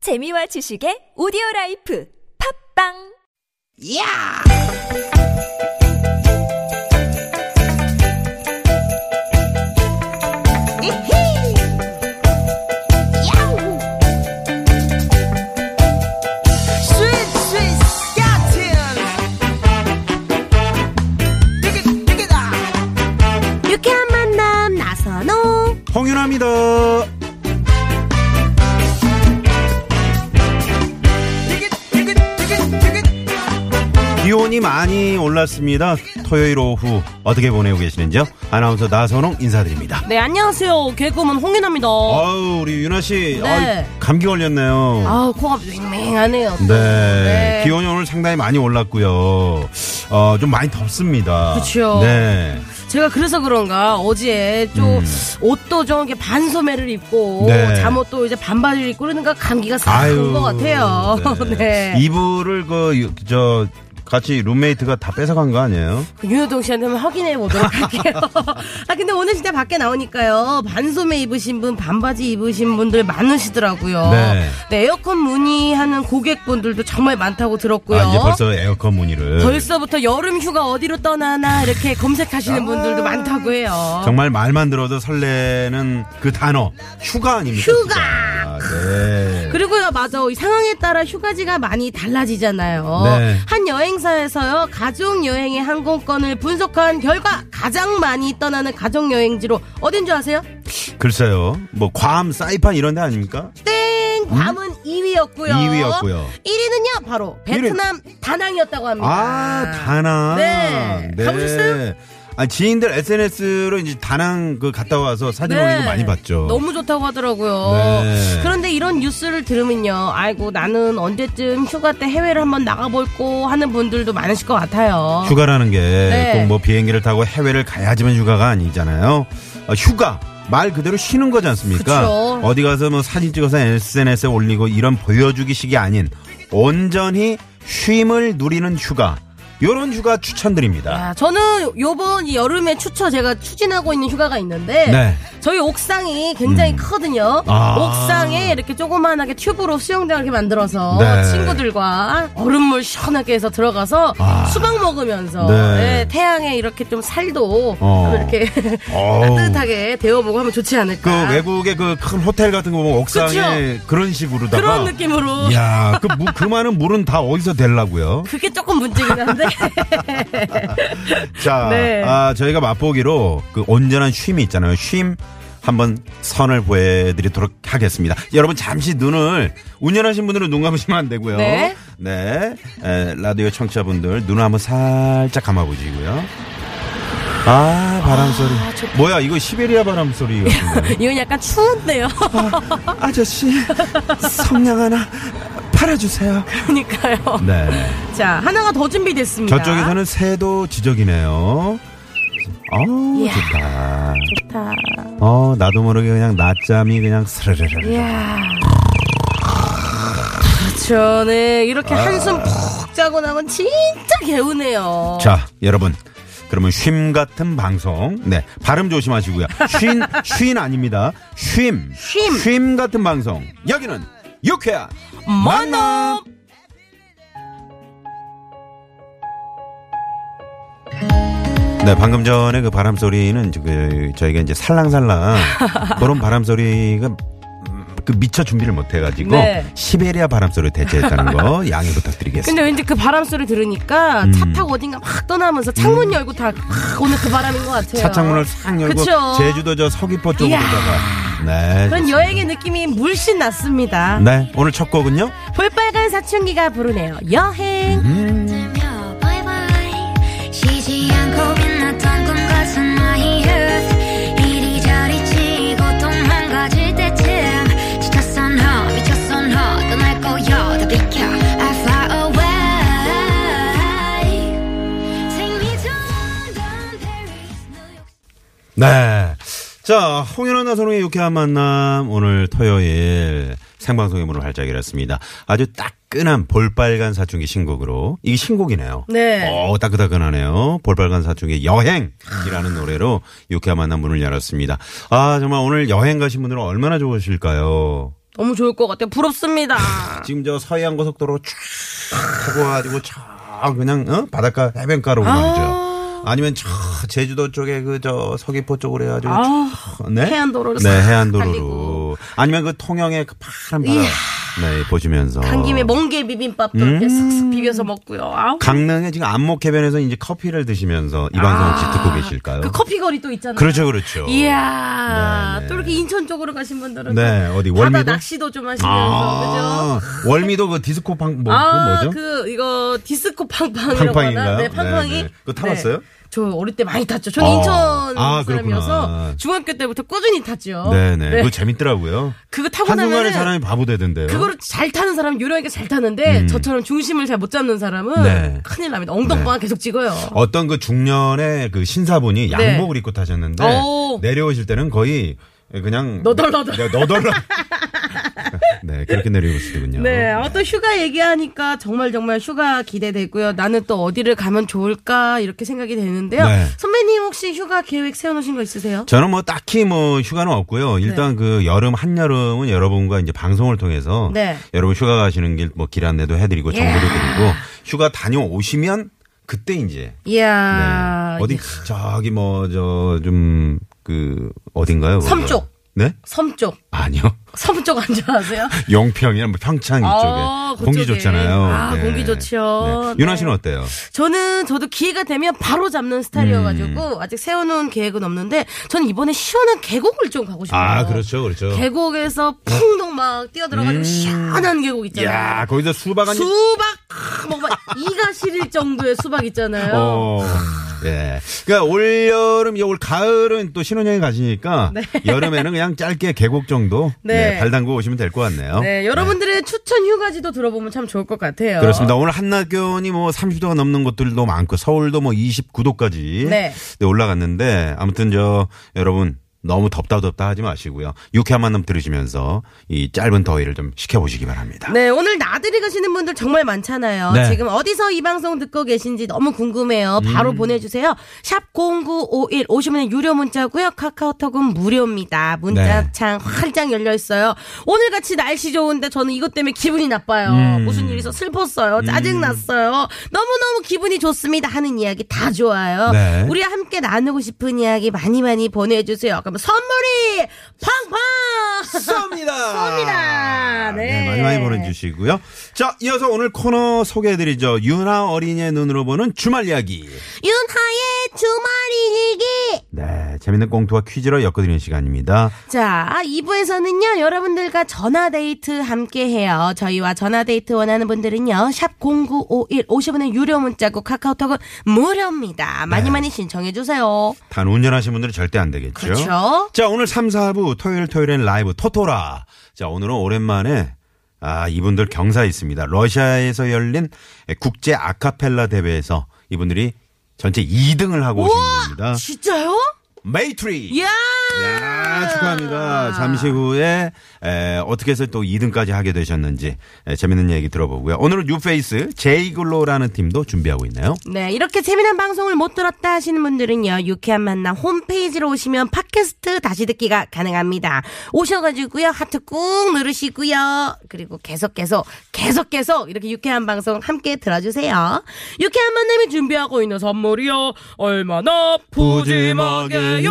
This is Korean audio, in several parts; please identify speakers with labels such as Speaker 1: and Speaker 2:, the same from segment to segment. Speaker 1: 재미와 지식의 오디오 라이프 팝빵
Speaker 2: 야! 이히! 야우! 스윗, 스윗, 스캇틴! 띠깃, 띠깃아!
Speaker 3: 유쾌한 만남 나선호
Speaker 4: 홍윤아입니다.
Speaker 2: 띠깃, 띠깃, 띠깃, 띠깃!
Speaker 4: 기온이 많이 올랐습니다. 토요일 오후 어떻게 보내고 계시는지요? 아나운서 나선홍 인사드립니다.
Speaker 3: 네 안녕하세요 개그맨 홍윤아입니다
Speaker 4: 아우 우리 윤아 씨
Speaker 3: 네.
Speaker 4: 아유, 감기 걸렸네요.
Speaker 3: 아 코가 맹맹하네요
Speaker 4: 네. 기온이 오늘 상당히 많이 올랐고요. 어, 좀 많이 덥습니다.
Speaker 3: 그쵸.
Speaker 4: 네.
Speaker 3: 제가 그래서 그런가 어제 좀 옷도 좀 이렇게 반소매를 입고
Speaker 4: 음. 네.
Speaker 3: 잠옷도 이제 반바지를 입고 그러니까 감기가
Speaker 4: 아유.
Speaker 3: 싹온것 같아요 네,
Speaker 4: 이불을 그 저 같이 룸메이트가 다 뺏어간 거 아니에요?
Speaker 3: 윤효동 씨한테 한번 확인해 보도록 할게요 아 근데 오늘 진짜 밖에 나오니까요 반소매 입으신 분 반바지 입으신 분들 많으시더라고요
Speaker 4: 네.
Speaker 3: 에어컨 문의하는 고객분들도 정말 많다고 들었고요
Speaker 4: 아, 이제 벌써 에어컨 문의를.
Speaker 3: 벌써부터 여름 휴가 어디로 떠나나 이렇게 검색하시는 분들도 많다고 해요.
Speaker 4: 정말 말만 들어도 설레는 그 단어 휴가 아닙니까?
Speaker 3: 휴가!
Speaker 4: 휴가. 네.
Speaker 3: 그리고요, 맞아. 이 상황에 따라 휴가지가 많이 달라지잖아요.
Speaker 4: 네.
Speaker 3: 한 여행사에서요, 가족여행의 항공권을 분석한 결과 가장 많이 떠나는 가족여행지로 어딘 줄 아세요?
Speaker 4: 글쎄요. 뭐 괌, 사이판 이런 데 아닙니까?
Speaker 3: 땡!
Speaker 4: 음?
Speaker 3: 괌은 2위였고요.
Speaker 4: 2위였고요.
Speaker 3: 1위는요, 바로 베트남 다낭이었다고 합니다.
Speaker 4: 아, 다낭.
Speaker 3: 네. 가보셨어요?
Speaker 4: 아, 지인들 SNS로 이제 다낭 그 갔다 와서 사진 올리는 거 많이 봤죠.
Speaker 3: 네. 너무 좋다고 하더라고요.
Speaker 4: 네.
Speaker 3: 그런데 이런 뉴스를 들으면요, 아이고 나는 언제쯤 휴가 때 해외를 한번 나가볼고 하는 분들도 많으실 것 같아요.
Speaker 4: 휴가라는 게 꼭
Speaker 3: 네.
Speaker 4: 뭐 비행기를 타고 해외를 가야지만 휴가가 아니잖아요. 어, 휴가 말 그대로 쉬는 거지 않습니까?
Speaker 3: 그쵸.
Speaker 4: 어디 가서 뭐 사진 찍어서 SNS에 올리고 이런 보여주기식이 아닌 온전히 쉼을 누리는 휴가. 요런 휴가 추천드립니다.
Speaker 3: 아, 저는 요번 이 여름에 추처 제가 추진하고 있는 휴가가 있는데
Speaker 4: 네. 음.
Speaker 3: 저희 옥상이 굉장히 크거든요.
Speaker 4: 아.
Speaker 3: 옥상에 이렇게 조그만하게 튜브로 수영장 이렇게 만들어서
Speaker 4: 네.
Speaker 3: 친구들과 얼음물 시원하게 해서 들어가서
Speaker 4: 아.
Speaker 3: 수박 먹으면서
Speaker 4: 네.
Speaker 3: 예, 태양에 이렇게 좀 살도
Speaker 4: 어.
Speaker 3: 좀 이렇게
Speaker 4: 어우.
Speaker 3: 따뜻하게 데워보고 하면 좋지
Speaker 4: 그
Speaker 3: 않을까.
Speaker 4: 외국의 그 큰 호텔 같은 거 보면 옥상에 그런 식으로다가
Speaker 3: 그런 느낌으로.
Speaker 4: 야, 그, 무, 그 많은 물은 다 어디서 댈라고요?
Speaker 3: 그게 조금 문제긴 한데.
Speaker 4: 자,
Speaker 3: 네.
Speaker 4: 아, 저희가 맛보기로 그 온전한 쉼이 있잖아요. 쉼 한번 선을 보여드리도록 하겠습니다. 여러분 잠시 눈을 운전하신 분들은 눈 감으시면 안 되고요.
Speaker 3: 네.
Speaker 4: 네, 에, 라디오 청취자분들 눈 한번 살짝 감아보시고요. 아 바람 소리. 뭐야 이거 시베리아 바람 소리 같은데.
Speaker 3: 이건 약간 추운데요.
Speaker 4: 아저씨 성냥 하나 팔아주세요.
Speaker 3: 그러니까요.
Speaker 4: 네.
Speaker 3: 자, 하나가 더 준비됐습니다.
Speaker 4: 저쪽에서는 새도 지적이네요. 어 좋다.
Speaker 3: 좋다.
Speaker 4: 어 나도 모르게 그냥 낮잠이 그냥
Speaker 3: 예.
Speaker 4: 스르르르.
Speaker 3: 이야. 그렇죠. 네. 이렇게
Speaker 4: 아.
Speaker 3: 한숨 푹 자고 나면 진짜 개운해요.
Speaker 4: 자 여러분 그러면 쉼 같은 방송 네 발음 조심하시고요. 쉰 쉰 아닙니다. 쉼.
Speaker 3: 쉼.
Speaker 4: 쉼 같은 방송 여기는 유쾌한
Speaker 3: 만남.
Speaker 4: 네, 방금 전에 그 바람 소리는 저- 그 저희가 이제 살랑살랑 그런 바람 소리가 음, 그 미처 준비를 못 해가지고
Speaker 3: 네.
Speaker 4: 시베리아 바람 소리 대체했다는 거 양해 부탁드리겠습니다.
Speaker 3: 근데 왠지 그 바람 소리 들으니까
Speaker 4: 음.
Speaker 3: 차 타고 어딘가 막 떠나면서 창문 열고 다 아, 오늘 그 바람인 것 같아요.
Speaker 4: 차 창문을 싹 열고
Speaker 3: 그쵸.
Speaker 4: 제주도 저 서귀포 쪽으로다가 네.
Speaker 3: 그런
Speaker 4: 좋습니다.
Speaker 3: 여행의 느낌이 물씬 났습니다.
Speaker 4: 네, 오늘 첫 곡은요.
Speaker 3: 볼빨간 사춘기가 부르네요. 여행.
Speaker 4: 음.
Speaker 5: 바이바이 쉬지 않고 빛났던 꿈 같은 나의 youth 이리저리 치고 또 망가질 때쯤 지쳤어 너 미쳤어 너 떠날 거야 다 비켜 I fly away Take me to London, Paris, New York
Speaker 4: 네. 자, 홍현아 나선홍의 유쾌한 만남 오늘 토요일 생방송의 문을 활짝 열었습니다. 아주 따끈한 볼빨간 사춘기 신곡으로 이게 신곡이네요.
Speaker 3: 네.
Speaker 4: 어, 따끈따끈하네요. 볼빨간 사춘기 여행이라는 노래로 유쾌한 만남 문을 열었습니다. 아, 정말 오늘 여행 가신 분들은 얼마나 좋으실까요?
Speaker 3: 너무 좋을 것 같아요. 부럽습니다.
Speaker 4: 지금 저 서해안 고속도로 쭉 타고 가지고 저 그냥 어? 바닷가 해변가로 오죠. 아니면 저 제주도 쪽에 그 저 서귀포 쪽으로 해가지고
Speaker 3: 아우,
Speaker 4: 쭉, 네?
Speaker 3: 해안도로로
Speaker 4: 네
Speaker 3: 싹
Speaker 4: 해안도로로
Speaker 3: 달리고.
Speaker 4: 아니면 그 통영의 그 파란 바다 네 보시면서
Speaker 3: 간 김에 뭐 멍게 비빔밥도 이렇게
Speaker 4: 음.
Speaker 3: 슥슥 비벼서 먹고요. 아우.
Speaker 4: 강릉에 지금 안목 해변에서 이제 커피를 드시면서 이 방송 혹시 듣고 계실까요?
Speaker 3: 그 커피 예, 거리 또 있잖아요.
Speaker 4: 그렇죠 그렇죠.
Speaker 3: 이야,
Speaker 4: 네, 네.
Speaker 3: 또 이렇게 인천 쪽으로 가신 분들은
Speaker 4: 네,
Speaker 3: 또
Speaker 4: 어디,
Speaker 3: 바다
Speaker 4: 월미도?
Speaker 3: 낚시도 좀 하시면서
Speaker 4: 아,
Speaker 3: 그렇죠. 그죠?
Speaker 4: 월미도 그 디스코 팡뭐
Speaker 3: 아,
Speaker 4: 뭐죠?
Speaker 3: 그 이거 디스코 팡팡이라고
Speaker 4: 팡팡인가요?
Speaker 3: 하나? 네,
Speaker 4: 네,
Speaker 3: 팡팡이.
Speaker 4: 네. 그거 타봤어요?
Speaker 3: 저 어릴 때 많이 탔죠. 저는
Speaker 4: 어.
Speaker 3: 인천
Speaker 4: 아, 그렇구나.
Speaker 3: 사람이어서 중학교 때부터 꾸준히 탔죠.
Speaker 4: 네네. 그거 재밌더라고요.
Speaker 3: 그거 타고
Speaker 4: 한순간에
Speaker 3: 나면
Speaker 4: 사람이 바보 되던데요. 음.
Speaker 3: 그거를 잘 타는 사람 요령하게 잘 타는데 저처럼 중심을 잘 못 잡는 사람은
Speaker 4: 네.
Speaker 3: 큰일 납니다. 엉덩방아 계속 찍어요.
Speaker 4: 어떤 그 중년의 그 신사분이
Speaker 3: 네.
Speaker 4: 양복을 입고 타셨는데
Speaker 3: 오.
Speaker 4: 내려오실 때는 거의 그냥
Speaker 3: 너덜너덜.
Speaker 4: 네, 너덜너덜. 네, 그렇게 내려오시더군요.
Speaker 3: 네, 어, 또 휴가 얘기하니까 정말 정말 휴가 기대되고요. 나는 또 어디를 가면 좋을까 이렇게 생각이 되는데요.
Speaker 4: 네.
Speaker 3: 선배님 혹시 휴가 계획 세워놓으신 거 있으세요?
Speaker 4: 저는 뭐 딱히 뭐 휴가는 없고요. 일단 그 여름 한여름은 여러분과 이제 방송을 통해서
Speaker 3: 네. 예.
Speaker 4: 여러분 휴가 가시는 길 뭐 길 안내도 해드리고 정보도 드리고 휴가 다녀오시면 그때 이제 네.
Speaker 3: 이야, 예.
Speaker 4: 어디 저기 뭐 저 좀 그 어딘가요?
Speaker 3: 섬
Speaker 4: 거기가?
Speaker 3: 쪽.
Speaker 4: 네?
Speaker 3: 섬 쪽,
Speaker 4: 아니요.
Speaker 3: 섬 쪽 안 좋아하세요?
Speaker 4: 용평이나 뭐 평창 이쪽에
Speaker 3: 아,
Speaker 4: 공기
Speaker 3: 그쪽에.
Speaker 4: 좋잖아요. 네.
Speaker 3: 아, 공기 좋지요.
Speaker 4: 윤아
Speaker 3: 네.
Speaker 4: 씨는 어때요?
Speaker 3: 저는 저도 기회가 되면 바로 잡는
Speaker 4: 음.
Speaker 3: 스타일이어가지고 아직 세워놓은 계획은 없는데 저는 이번에 시원한 계곡을 좀 가고 싶어요.
Speaker 4: 아, 그렇죠, 그렇죠. 음.
Speaker 3: 계곡에서 풍덩 막 뛰어들어가지고 시원한 계곡
Speaker 4: 야,
Speaker 3: 있잖아요.
Speaker 4: 거기서 네. 수박 한 입-
Speaker 3: 수박 뭐막 이가 시릴 정도의 수박 있잖아요.
Speaker 4: 어. 예. 그러니까 올 여름, 올 가을은 또 신혼여행 가시니까 여름에는 그냥 짧게 계곡 정도
Speaker 3: 네.
Speaker 4: 네, 발 담고 오시면 될 것 같네요.
Speaker 3: 네, 여러분들의 추천 휴가지도 들어보면 참 좋을 것 같아요.
Speaker 4: 그렇습니다. 오늘 한낮 기온이 뭐 30도가 넘는 곳들도 많고 서울도 뭐 29도까지
Speaker 3: 네.
Speaker 4: 올라갔는데 아무튼 저 여러분 너무 덥다 덥다 하지 마시고요. 유쾌한 만남 들으시면서 이 짧은 더위를 좀 식혀보시기 바랍니다.
Speaker 3: 네, 오늘 나들이 가시는 분들 정말 많잖아요.
Speaker 4: 네.
Speaker 3: 지금 어디서 이 방송 듣고 계신지 너무 궁금해요. 바로
Speaker 4: 음.
Speaker 3: 보내주세요. 샵 0951, 50원의 유료 문자고요. 카카오톡은 무료입니다.
Speaker 4: 네.
Speaker 3: 문자창 활짝 열려있어요. 오늘 같이 날씨 좋은데 저는 이것 때문에 기분이 나빠요.
Speaker 4: 음.
Speaker 3: 무슨 일이 있어 슬펐어요. 짜증났어요. 너무너무 기분이 좋습니다. 하는 이야기 다 좋아요.
Speaker 4: 네.
Speaker 3: 우리와 함께 나누고 싶은 이야기 많이 많이 보내주세요. 그럼 선물이 팡팡! 쏩니다. 네.
Speaker 4: 많이 많이 보내주시고요. 자, 이어서 오늘 코너 소개해드리죠. 유나 어린이의 눈으로 보는 주말 이야기.
Speaker 3: 윤하의 주말일기.
Speaker 4: 네, 재밌는 꽁트와 퀴즈로 엮어드리는 시간입니다.
Speaker 3: 자, 2부에서는요, 여러분들과 전화데이트 함께 해요. 저희와 전화데이트 원하는 분들은요, 샵0951 50원의 유료 문자고 카카오톡은 무료입니다. 많이
Speaker 4: 네.
Speaker 3: 많이 신청해주세요.
Speaker 4: 단 운전하시는 분들은 절대 안 되겠죠.
Speaker 3: 그렇죠.
Speaker 4: 자, 오늘 3, 4부 토요일 토요일엔 라이브 토토라. 자, 오늘은 오랜만에 아, 이분들 경사 있습니다. 러시아에서 열린 국제 아카펠라 대회에서 이분들이 전체 2등을 하고 오신 분입니다.
Speaker 3: 진짜요?
Speaker 4: 메이트리.
Speaker 3: 이야!
Speaker 4: 야, 축하합니다. 잠시 후에 에, 어떻게 해서 또 2등까지 하게 되셨는지 에, 재밌는 얘기 들어보고요. 오늘은 뉴페이스 제이글로라는 팀도 준비하고 있네요.
Speaker 3: 네, 이렇게 재미난 방송을 못 들었다 하시는 분들은요, 유쾌한 만남 홈페이지로 오시면 팟캐스트 다시 듣기가 가능합니다. 오셔가지고요, 하트 꾹 누르시고요. 그리고 계속 계속, 계속 계속 이렇게 유쾌한 방송 함께 들어주세요. 유쾌한 만남이 준비하고 있는 선물이요, 얼마나 푸짐하게요.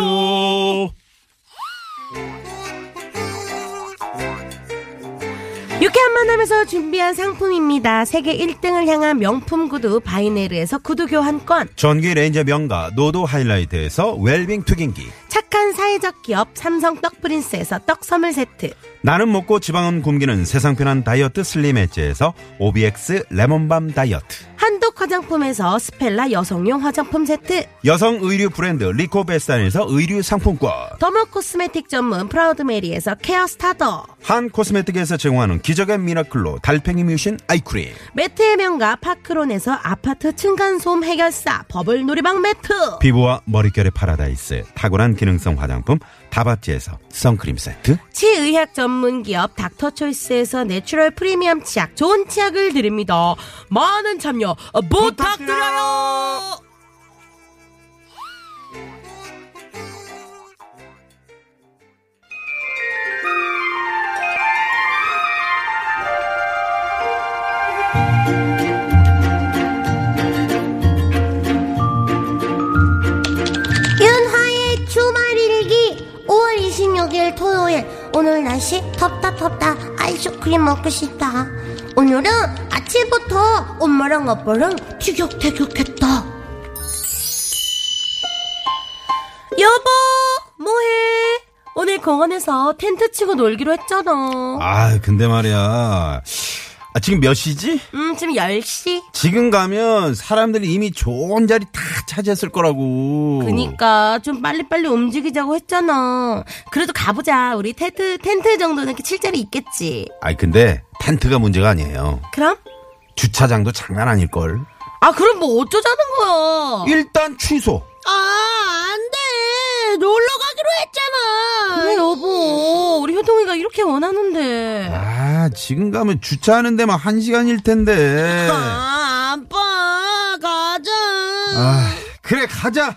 Speaker 3: 유쾌한 만남에서 준비한 상품입니다. 세계 1등을 향한 명품 구두 바이네르에서 구두 교환권.
Speaker 4: 전기 레인저 명가 노도 하이라이트에서 웰빙 튀김기.
Speaker 3: 착한 사회적 기업 삼성 떡 프린스에서 떡 선물 세트.
Speaker 4: 나는 먹고 지방은 굶기는 세상 편한 다이어트 슬림 엣지에서 OBX 레몬밤 다이어트.
Speaker 3: 한독 화장품에서 스펠라 여성용 화장품 세트.
Speaker 4: 여성 의류 브랜드 리코베스탄에서 의류 상품권.
Speaker 3: 더머 코스메틱 전문 프라우드메리에서 케어 스타더.
Speaker 4: 한 코스메틱에서 제공하는 기적의 미라클로 달팽이 뮤신 아이크림.
Speaker 3: 매트의 명가 파크론에서 아파트 층간소음 해결사 버블 놀이방 매트.
Speaker 4: 피부와 머릿결의 파라다이스. 탁월한 기능성 화장품 다바찌에서 선크림 세트.
Speaker 3: 치의학 전문 기업 닥터초이스에서 내추럴 프리미엄 치약 좋은 치약을 드립니다. 많은 참여 부탁드려요.
Speaker 6: 윤하의 주말일기 5월 26일 토요일 오늘 날씨 덥다 덥다 아이스크림 먹고 싶다 오늘은 아침부터 엄마랑 아빠랑 티격태격했다
Speaker 3: 여보, 뭐해? 오늘 공원에서 텐트 치고 놀기로 했잖아.
Speaker 4: 아, 근데 말이야. 아, 지금 몇 시지?
Speaker 3: 음, 지금 10시?
Speaker 4: 지금 가면 사람들이 이미 좋은 자리 다 차지했을 거라고.
Speaker 3: 그니까 좀 빨리빨리 움직이자고 했잖아. 그래도 가보자. 우리 텐트, 텐트 정도는 이렇게 칠 자리 있겠지.
Speaker 4: 아니, 근데 텐트가 문제가 아니에요.
Speaker 3: 그럼?
Speaker 4: 주차장도 장난 아닐걸.
Speaker 3: 아, 그럼 뭐 어쩌자는 거야.
Speaker 4: 일단 취소.
Speaker 6: 아 안돼 놀러 가기로 했잖아
Speaker 3: 그래, 여보. 우리 효동이가 이렇게 원하는데.
Speaker 4: 아, 지금 가면 주차하는 데만 한 시간일 텐데.
Speaker 6: 아 아빠 가자
Speaker 4: 아, 그래, 가자.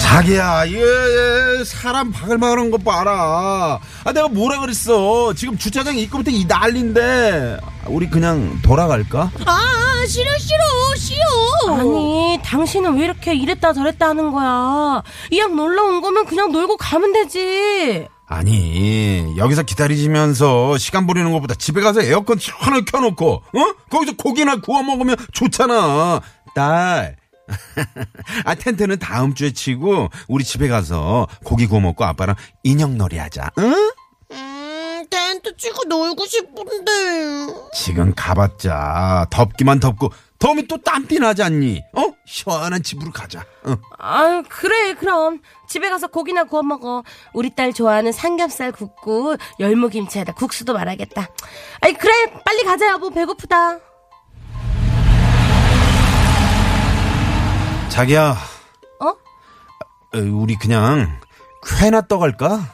Speaker 4: 자기야, 얘, 얘 사람 바글바글한 것 봐라. 아, 내가 뭐라 그랬어. 지금 주차장 입구부터 이 난리인데. 우리 그냥 돌아갈까?
Speaker 6: 아 싫어 싫어 싫어
Speaker 3: 아니, 당신은 왜 이렇게 이랬다 저랬다 하는 거야. 이왕 놀러 온 거면 그냥 놀고 가면 되지.
Speaker 4: 아니, 여기서 기다리시면서 시간 버리는 것보다 집에 가서 에어컨 시원하게 켜놓고, 어? 거기서 고기나 구워 먹으면 좋잖아. 딸. 아, 텐트는 다음 주에 치고, 우리 집에 가서 고기 구워 먹고 아빠랑 인형놀이 하자, 응?
Speaker 6: 음 텐트 치고 놀고 싶은데
Speaker 4: 지금 가봤자, 덥기만 덥고, 더우면 또 땀띠 나지 않니? 어? 시원한 집으로 가자. 응.
Speaker 3: 아유, 그래, 그럼. 집에 가서 고기나 구워 먹어. 우리 딸 좋아하는 삼겹살 굽고, 열무김치에다 국수도 말아야겠다. 아이, 그래, 빨리 가자, 여보. 배고프다.
Speaker 4: 자기야,
Speaker 3: 어?
Speaker 4: 어, 우리 그냥, 회나 떠갈까?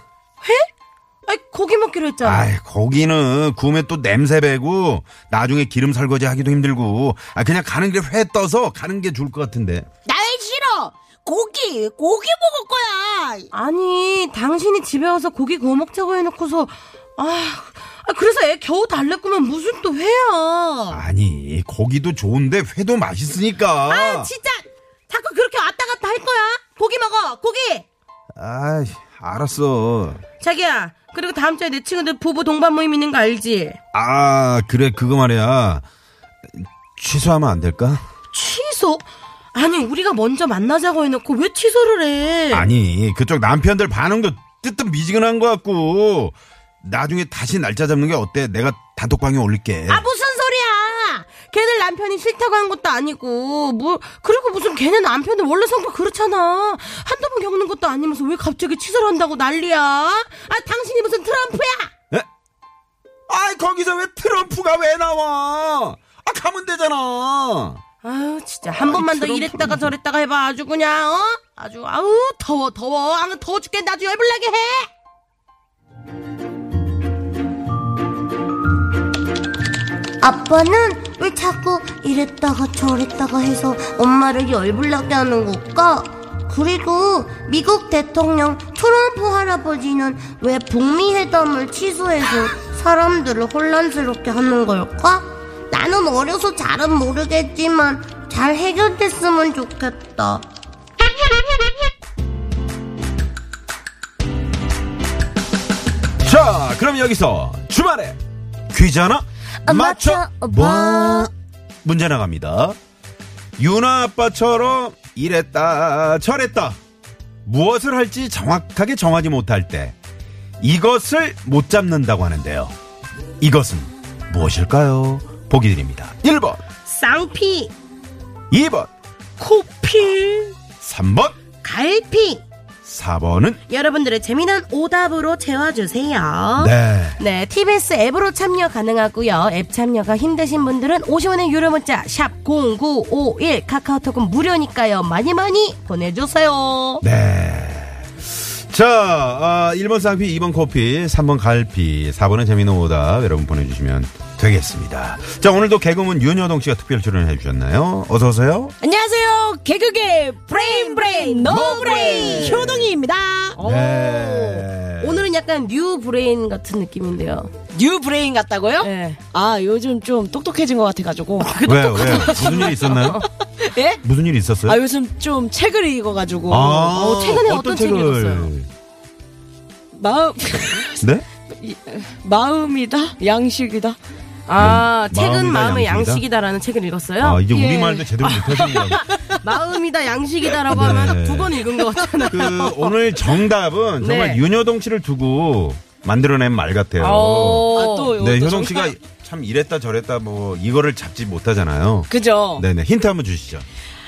Speaker 3: 아이, 고기 먹기로 했잖아.
Speaker 4: 아이, 거기는 구우면 또 냄새 배고 나중에 기름 설거지 하기도 힘들고 아 그냥 가는 길에 회 떠서 가는 게 좋을 것 같은데
Speaker 6: 날 싫어 고기 고기 먹을 거야
Speaker 3: 아니, 당신이 집에 와서 고기 구워 먹자고 해놓고서, 아, 아, 그래서 애 겨우 달래 꾸면 무슨 또 회야.
Speaker 4: 아니 고기도 좋은데 회도 맛있으니까
Speaker 3: 아, 진짜! 자꾸 그렇게 왔다 갔다 할 거야? 고기 먹어, 고기!
Speaker 4: 아이, 알았어
Speaker 3: 자기야, 그리고 다음 주에 내 친구들 부부 동반 모임 있는 거 알지?
Speaker 4: 아 그래 그거 말이야 취소하면 안 될까?
Speaker 3: 취소? 아니 우리가 먼저 만나자고 해놓고 왜 취소를 해?
Speaker 4: 아니 그쪽 남편들 반응도 뜨뜻 미지근한 것 같고 나중에 다시 날짜 잡는 게 어때? 내가 단톡방에 올릴게
Speaker 3: 아, 무슨 소리야? 걔네 남편이 싫다고 한 것도 아니고 뭐 그리고 무슨 걔네 남편은 원래 성격 그렇잖아 한두 번 겪는 것도 아니면서 왜 갑자기 취소를 한다고 난리야? 아 당신이 무슨 트럼프야?
Speaker 4: 에? 아이 거기서 왜 트럼프가 왜 나와? 아 가면 되잖아.
Speaker 3: 아유 진짜 한 번만 더 이랬다가 저랬다가 해봐 아주 그냥 어? 아주 아우 더워 더워 아 더워 죽겠는데 아주 열불나게 해
Speaker 6: 아빠는 왜 자꾸 이랬다가 저랬다가 해서 엄마를 열불나게 하는 걸까? 그리고 미국 대통령 트럼프 할아버지는 왜 북미 회담을 취소해서 사람들을 혼란스럽게 하는 걸까? 나는 어려서 잘은 모르겠지만 잘 해결됐으면 좋겠다.
Speaker 4: 자, 그럼 여기서 주말에 귀잖아 어, 맞춰 봐. 문제 나갑니다. 유나 아빠처럼 이랬다 저랬다 무엇을 할지 정확하게 정하지 못할 때 이것을 못 잡는다고 하는데요. 이것은 무엇일까요? 보기 드립니다. 1번,
Speaker 3: 쌍피
Speaker 4: 2번,
Speaker 3: 코피
Speaker 4: 3번,
Speaker 3: 갈피
Speaker 4: 4번은
Speaker 3: 여러분들의 재미난 오답으로 채워주세요.
Speaker 4: 네.
Speaker 3: 네, TBS 앱으로 참여 가능하고요. 앱 참여가 힘드신 분들은 50원의 유료 문자 샵 #0951 카카오톡은 무료니까요. 많이 많이 보내주세요.
Speaker 4: 네. 자, 아, 1번 쌍피, 2번 코피, 3번 갈피, 4번은 재미는 오다. 여러분 보내주시면 되겠습니다. 자, 오늘도 개그맨 윤여동 씨가 특별 출연해 주셨나요? 어서오세요.
Speaker 7: 안녕하세요. 개그계 네. 브레인 브레인 노 브레인 효동이입니다.
Speaker 4: 네.
Speaker 3: 오늘은 약간 약간 뉴 브레인 같은 느낌인데요.
Speaker 7: 뉴 브레인 같다고요?
Speaker 3: 네.
Speaker 7: 아 요즘 좀 똑똑해진 것 같아가지고. 그-
Speaker 4: 왜요? 왜요? 무슨 일 있었나요?
Speaker 7: 예?
Speaker 4: 무슨 일 있었어요?
Speaker 7: 아 요즘 좀 책을 읽어가지고
Speaker 4: 아.
Speaker 3: 어, 최근에 어떤 책을 읽었어요?
Speaker 7: 마음
Speaker 4: 네?
Speaker 7: 마음이다 양식이다.
Speaker 3: 아,
Speaker 4: 네, 마-
Speaker 3: 책은 마음의
Speaker 4: 마음이다, 양식이다?
Speaker 3: 양식이다라는 책을 읽었어요.
Speaker 4: 아, 이제
Speaker 7: 예.
Speaker 4: 우리말도 제대로 못하시는구나.
Speaker 3: 마음이다 양식이다라고
Speaker 4: 네.
Speaker 3: 하면 딱 두 번 읽은 것 같잖아요.
Speaker 4: 그, 오늘 정답은 정말
Speaker 3: 네.
Speaker 4: 윤여동 씨를 두고 만들어낸 말 같아요.
Speaker 7: 아, 또
Speaker 4: 네,
Speaker 7: 이것도
Speaker 4: 효동
Speaker 7: 정답.
Speaker 4: 씨가 참 이랬다 저랬다 뭐 이거를 잡지 못하잖아요.
Speaker 7: 그죠?
Speaker 4: 네네 힌트 한번 주시죠.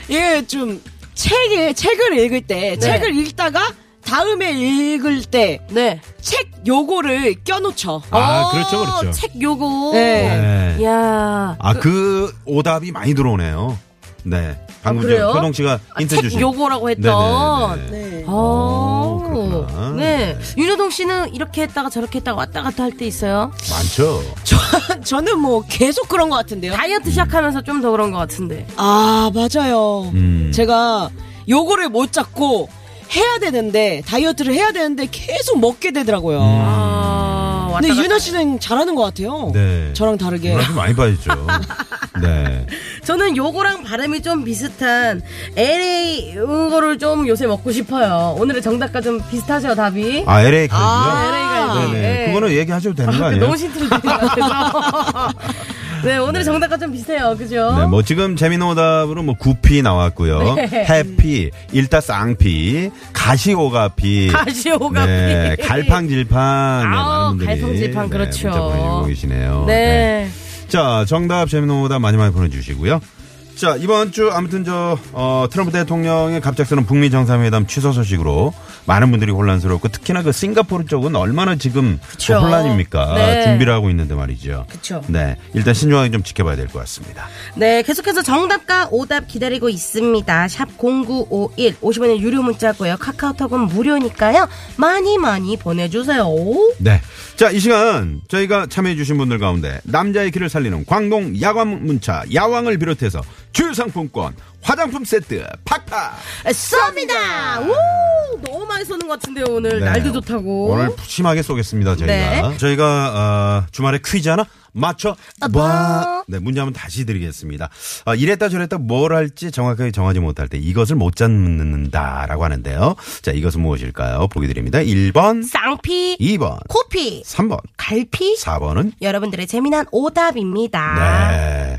Speaker 4: 네.
Speaker 7: 예, 좀 책을 책을 읽을 때 책을 읽다가 다음에 읽을 때 책
Speaker 3: 네.
Speaker 7: 요거를 껴놓죠.
Speaker 4: 아
Speaker 3: 어,
Speaker 4: 그렇죠 그렇죠.
Speaker 3: 책 예. 요거.
Speaker 7: 네.
Speaker 4: 네.
Speaker 3: 야.
Speaker 4: 아 그 오답이 많이 들어오네요. 네 방금 전
Speaker 3: 그래요?
Speaker 4: 효동 씨가
Speaker 3: 아,
Speaker 4: 힌트
Speaker 3: 책
Speaker 4: 주신.
Speaker 3: 요거라고 했던.
Speaker 4: 네네네.
Speaker 3: 어.
Speaker 4: 오, 그렇구나.
Speaker 3: 네. 윤여동 씨는 이렇게 했다가 저렇게 했다가 왔다 갔다 할 때 있어요?
Speaker 4: 많죠.
Speaker 7: 저는 뭐 계속 그런 것 같은데요.
Speaker 3: 다이어트 시작하면서 좀 더 그런 것 같은데.
Speaker 7: 아 맞아요.
Speaker 4: 음.
Speaker 7: 제가 요거를 못 잡고 해야 되는데 다이어트를 해야 되는데 계속 먹게 되더라고요.
Speaker 3: 아, 왔다
Speaker 7: 근데
Speaker 3: 갔다.
Speaker 7: 유나 씨는 잘하는 것 같아요.
Speaker 4: 음. 네.
Speaker 7: 저랑
Speaker 3: 예.
Speaker 7: 다르게.
Speaker 4: 아주 많이 빠졌죠. 네.
Speaker 3: 저는 요거랑 발음이 좀 비슷한 LA 이거를 좀 요새 먹고 싶어요. 오늘의 정답과 좀 비슷하죠, 답이?
Speaker 4: 아 LA 가요.
Speaker 3: LA 갈비.
Speaker 4: 네네.
Speaker 3: 네.
Speaker 4: 그거는 얘기하셔도 되는 거 아니에요?
Speaker 3: 너무 신트를 드것 같아서. 네, 오늘의 정답과 좀 비슷해요. 그죠?
Speaker 4: 네, 뭐 지금 재미난 오답으로 뭐 구피 나왔고요.
Speaker 3: 네.
Speaker 4: 해피, 일타쌍피, 가시오가피.
Speaker 3: 가시오가피.
Speaker 4: 네, 갈팡질팡. 네,
Speaker 3: 아우,
Speaker 4: 많은 분들이
Speaker 3: 갈팡질팡,
Speaker 4: 네,
Speaker 3: 그렇죠.
Speaker 4: 문자 보내주고 어, 계시네요.
Speaker 3: 네.
Speaker 4: 자, 정답 재미난 오답 많이 많이 보내주시고요. 자, 이번 주 아무튼 저 어, 트럼프 대통령의 갑작스러운 북미 정상회담 취소 소식으로 많은 분들이 혼란스럽고 특히나 그 싱가포르 쪽은 얼마나 지금
Speaker 3: 그쵸.
Speaker 4: 혼란입니까?
Speaker 3: 네.
Speaker 4: 준비를 하고 있는데 말이죠.
Speaker 3: 그쵸.
Speaker 4: 네, 일단 신중하게 좀 지켜봐야 될 것 같습니다.
Speaker 3: 네, 계속해서 정답과 오답 기다리고 있습니다. 샵 0951, 50원의 유료 문자고요. 카카오톡은 무료니까요. 많이 많이 보내주세요.
Speaker 4: 네. 자, 이 시간 저희가 참여해주신 분들 가운데 남자의 길을 살리는 광동 야광 문차 야왕을 비롯해서 주유상품권, 화장품 세트, 팍팍!
Speaker 3: 쏩니다! 우! 너무 많이 쏘는 것 같은데요, 오늘.
Speaker 4: 네.
Speaker 3: 날도 좋다고.
Speaker 4: 오늘 푸짐하게 쏘겠습니다, 저희가.
Speaker 3: 네.
Speaker 4: 저희가, 어, 주말에 퀴즈 하나 맞춰 봐. 네, 문제 한번 다시 드리겠습니다. 아, 이랬다 저랬다 뭘 할지 정확하게 정하지 못할 때 이것을 못 잡는다라고 하는데요. 자, 이것은 무엇일까요? 보기 드립니다. 1번,
Speaker 3: 쌍피,
Speaker 4: 2번,
Speaker 3: 코피,
Speaker 4: 3번,
Speaker 3: 갈피.
Speaker 4: 4번은
Speaker 3: 여러분들의 재미난 오답입니다.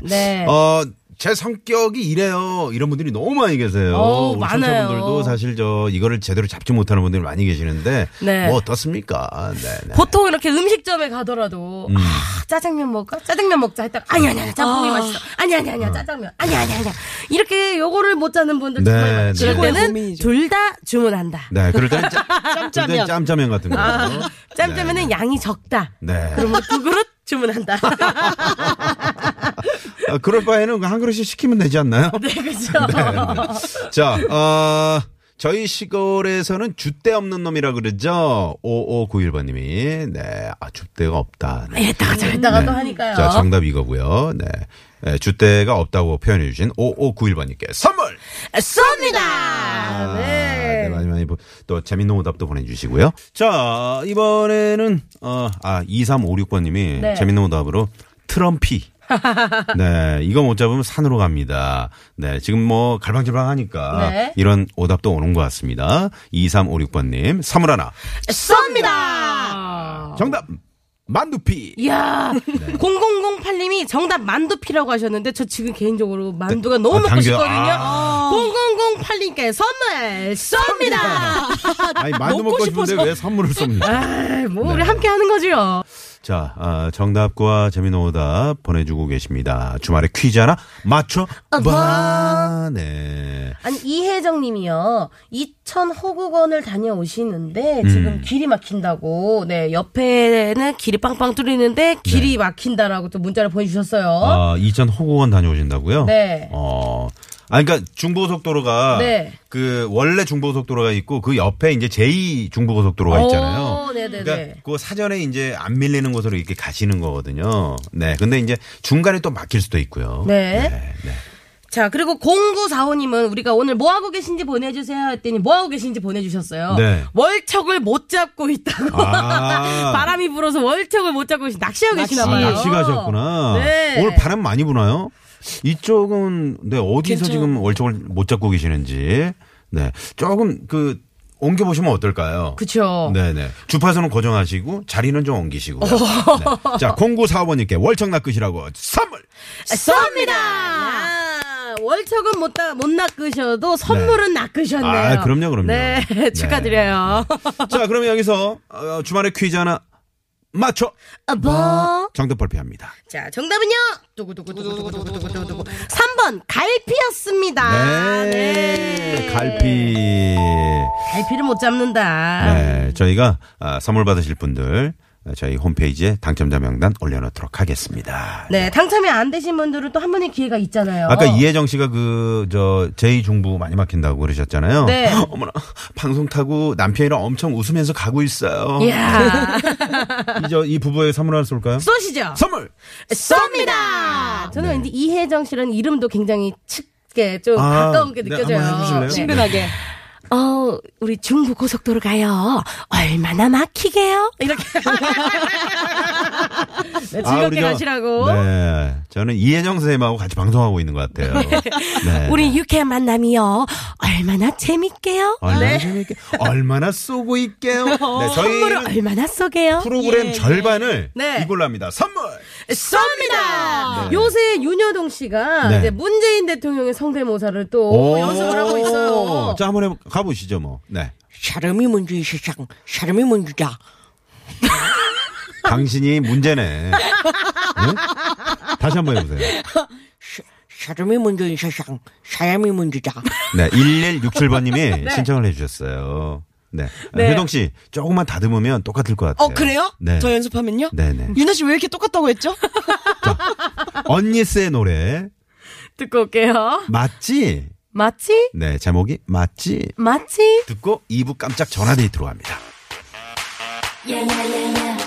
Speaker 4: 네.
Speaker 3: 네.
Speaker 4: 어, 제 성격이 이래요. 이런 분들이 너무 많이 계세요.
Speaker 3: 어우,
Speaker 4: 우리
Speaker 3: 많아요.
Speaker 4: 청취자분들도 사실 저 이거를 제대로 잡지 못하는 분들이 많이 계시는데
Speaker 3: 네.
Speaker 4: 뭐 어떻습니까? 네, 네.
Speaker 3: 보통 이렇게 음식점에 가더라도 아 짜장면 먹을까? 짜장면 먹자 했다가 아니 아니 아니 짬뽕이 맛있어 아니 아니
Speaker 4: 음.
Speaker 3: 아니 짜장면 아니 아니 아니 이렇게 요거를 못 찾는 분들
Speaker 4: 네,
Speaker 3: 정말 많아요.
Speaker 4: 네.
Speaker 3: 그럴 때는
Speaker 7: 고민이죠.
Speaker 3: 둘 다 주문한다
Speaker 4: 네, 그럴 때는 짜, 그럴 때는
Speaker 7: 짬짜면.
Speaker 4: 짬짜면 같은 거.
Speaker 3: 아. 짬짜면은 양이 적다
Speaker 4: 네. 네.
Speaker 3: 그러면 두 그릇 주문한다
Speaker 4: 아, 그럴 바에는 한 그릇씩 시키면 되지 않나요?
Speaker 3: 네 그죠
Speaker 4: 자, 어, 저희 시골에서는 줏대 없는 놈이라 그러죠. 5591번님이. 네. 아, 줏대가 없다. 네.
Speaker 3: 이랬다가 저랬다가 또
Speaker 4: 네.
Speaker 3: 하니까요
Speaker 4: 자, 정답 이거고요. 네. 네, 줏대가 없다고 표현해 주신 5591번님께 선물!
Speaker 3: 쏩니다
Speaker 4: 아,
Speaker 3: 네.
Speaker 4: 많이 많이 보- 또 재밌는 오답도 보내주시고요. 자, 이번에는, 어, 아, 2356번님이
Speaker 3: 네.
Speaker 4: 재밌는 오답으로 트럼피. 네, 이거 못 잡으면 산으로 갑니다. 네, 지금 뭐 갈방질방 하니까
Speaker 3: 네.
Speaker 4: 이런 오답도 오는 것 같습니다. 2356번님, 사물하나.
Speaker 3: 쏩니다
Speaker 4: 정답! 만두피!
Speaker 3: 이야
Speaker 4: 네.
Speaker 3: 0008님이 정답 만두피라고 하셨는데 저 지금 개인적으로 만두가 너무
Speaker 4: 아,
Speaker 3: 먹고
Speaker 4: 당겨-
Speaker 3: 싶거든요.
Speaker 4: 아.
Speaker 3: 0008님께 선물 쏩니다.
Speaker 4: 아니, 만두 먹고 싶은데 왜 선물을 쏩니까?
Speaker 3: 에이, 뭐 우리
Speaker 4: 네.
Speaker 3: 함께 하는 거죠.
Speaker 4: 자, 아, 정답과 재미난 오답 보내주고 계십니다. 주말에 퀴즈 하나 맞춰 봐. 네.
Speaker 3: 아니 이혜정 님이요. 이천 호국원을 다녀오시는데
Speaker 4: 음.
Speaker 3: 지금 길이 막힌다고. 네, 옆에는 길이 빵빵 뚫리는데 길이 막힌다라고 또 문자를 보내 주셨어요.
Speaker 4: 네. 아, 이천 호국원 다녀오신다고요?
Speaker 3: 네.
Speaker 4: 어. 아, 그러니까 중부고속도로가
Speaker 3: 네.
Speaker 4: 그 원래 중부고속도로가 있고 그 옆에 이제 제2 중부고속도로가 있잖아요.
Speaker 3: 오, 어. 네네네.
Speaker 4: 그러니까 그 사전에 이제 안 밀리는 곳으로 이렇게 가시는 거거든요. 네. 근데 이제 중간에 또 막힐 수도 있고요.
Speaker 3: 네.
Speaker 4: 네.
Speaker 3: 자, 그리고 0945님은 우리가 오늘 뭐하고 계신지 보내주세요 했더니 뭐하고 계신지 보내주셨어요.
Speaker 4: 네.
Speaker 3: 월척을 못 잡고 있다고.
Speaker 4: 아.
Speaker 3: 바람이 불어서 월척을 못 잡고 계신 낚시하고 계시나봐요.
Speaker 4: 낚시 가셨구나.
Speaker 3: 네.
Speaker 4: 오늘 바람 많이 부나요? 이쪽은 네 어디서
Speaker 7: 괜찮-
Speaker 4: 지금 월척을 못 잡고 계시는지 네 조금 그 옮겨 보시면 어떨까요?
Speaker 3: 그쵸.
Speaker 4: 네네. 주파수는 고정하시고 자리는 좀 옮기시고. 네. 자, 0945번님께 월척 낚으시라고 선물.
Speaker 3: 쏩니다! 야, 월척은 못, 다- 못 낚으셔도 선물은 낚으셨네요.
Speaker 4: 아, 그럼요, 그럼요.
Speaker 3: 네,
Speaker 4: 네.
Speaker 3: 축하드려요.
Speaker 4: 자, 그럼 여기서 어, 주말에 퀴즈 하나 맞춰
Speaker 3: 아, 뭐?
Speaker 4: 정답 발표합니다.
Speaker 3: 자, 정답은요? 두구두구두구두구두구두구. 3번, 갈피였습니다.
Speaker 4: 네.
Speaker 3: 네.
Speaker 4: 갈피.
Speaker 3: 갈피를 못 잡는다.
Speaker 4: 네, 저희가 아, 선물 받으실 분들 아, 저희 홈페이지에 당첨자 명단 올려놓도록 하겠습니다.
Speaker 3: 네, 어. 당첨이 안 되신 분들은 또 한 번의 기회가 있잖아요.
Speaker 4: 아까 이혜정 씨가 그 저 제2 중부 많이 막힌다고 그러셨잖아요.
Speaker 3: 네.
Speaker 4: 어머나 방송 타고 남편이랑 엄청 웃으면서 가고 있어요.
Speaker 3: 예. 이야,
Speaker 4: 이제 이 부부의 선물 하나 쏠까요?
Speaker 3: 쏘시죠.
Speaker 4: 선물.
Speaker 3: 쏩니다. 저는 왠지 이혜정 씨라는 이름도 굉장히 측게 좀
Speaker 4: 네. 아,
Speaker 3: 가까운 게
Speaker 4: 네,
Speaker 3: 느껴져요.
Speaker 4: 한번 해주실래요?
Speaker 3: 네.
Speaker 7: 친근하게.
Speaker 3: 어, 우리 중부 고속도로 가요. 얼마나 막히게요? 이렇게. 네,
Speaker 4: 아,
Speaker 3: 즐겁게
Speaker 4: 우리 저-
Speaker 3: 가시라고.
Speaker 4: 네, 저는 이혜정 선생님하고 같이 방송하고 있는 것 같아요. 네.
Speaker 3: 우리 유쾌한 만남이요. 얼마나 재밌게요? 네.
Speaker 4: 얼마나 재밌게 얼마나 쏘고 있게요. 네, 저희는
Speaker 3: 선물을 얼마나 쏘게요? 예,
Speaker 4: 프로그램 절반을
Speaker 3: 네.
Speaker 4: 이걸로 합니다. 선물.
Speaker 3: 쏩니다.
Speaker 4: 네.
Speaker 3: 요새 윤여동 씨가
Speaker 4: 네.
Speaker 3: 이제 문재인 대통령의 성대모사를 또 연습을 하고 있어요.
Speaker 4: 자, 한번 해보, 가보시죠, 뭐. 네.
Speaker 7: 사람이 먼저인 세상, 사람이 먼저다.
Speaker 4: 당신이 문제네. 네? 다시 한번 해보세요.
Speaker 7: 사람이 먼저인 세상, 사람이 먼저다.
Speaker 4: 네, 1167번님이
Speaker 7: 네.
Speaker 4: 신청을 해주셨어요. 네.
Speaker 3: 네.
Speaker 4: 효동 씨, 조금만 다듬으면 똑같을 것 같아요.
Speaker 7: 어, 그래요?
Speaker 4: 네.
Speaker 7: 저 연습하면요?
Speaker 4: 네네.
Speaker 7: 유나 씨 왜 이렇게 똑같다고 했죠?
Speaker 4: 언니스의 노래,
Speaker 3: 듣고 올게요.
Speaker 4: 맞지?
Speaker 3: 맞지?
Speaker 4: 네, 제목이 맞지?
Speaker 3: 맞지?
Speaker 4: 듣고 2부 깜짝 전화데이트로 합니다.
Speaker 5: Yeah, yeah, yeah, yeah.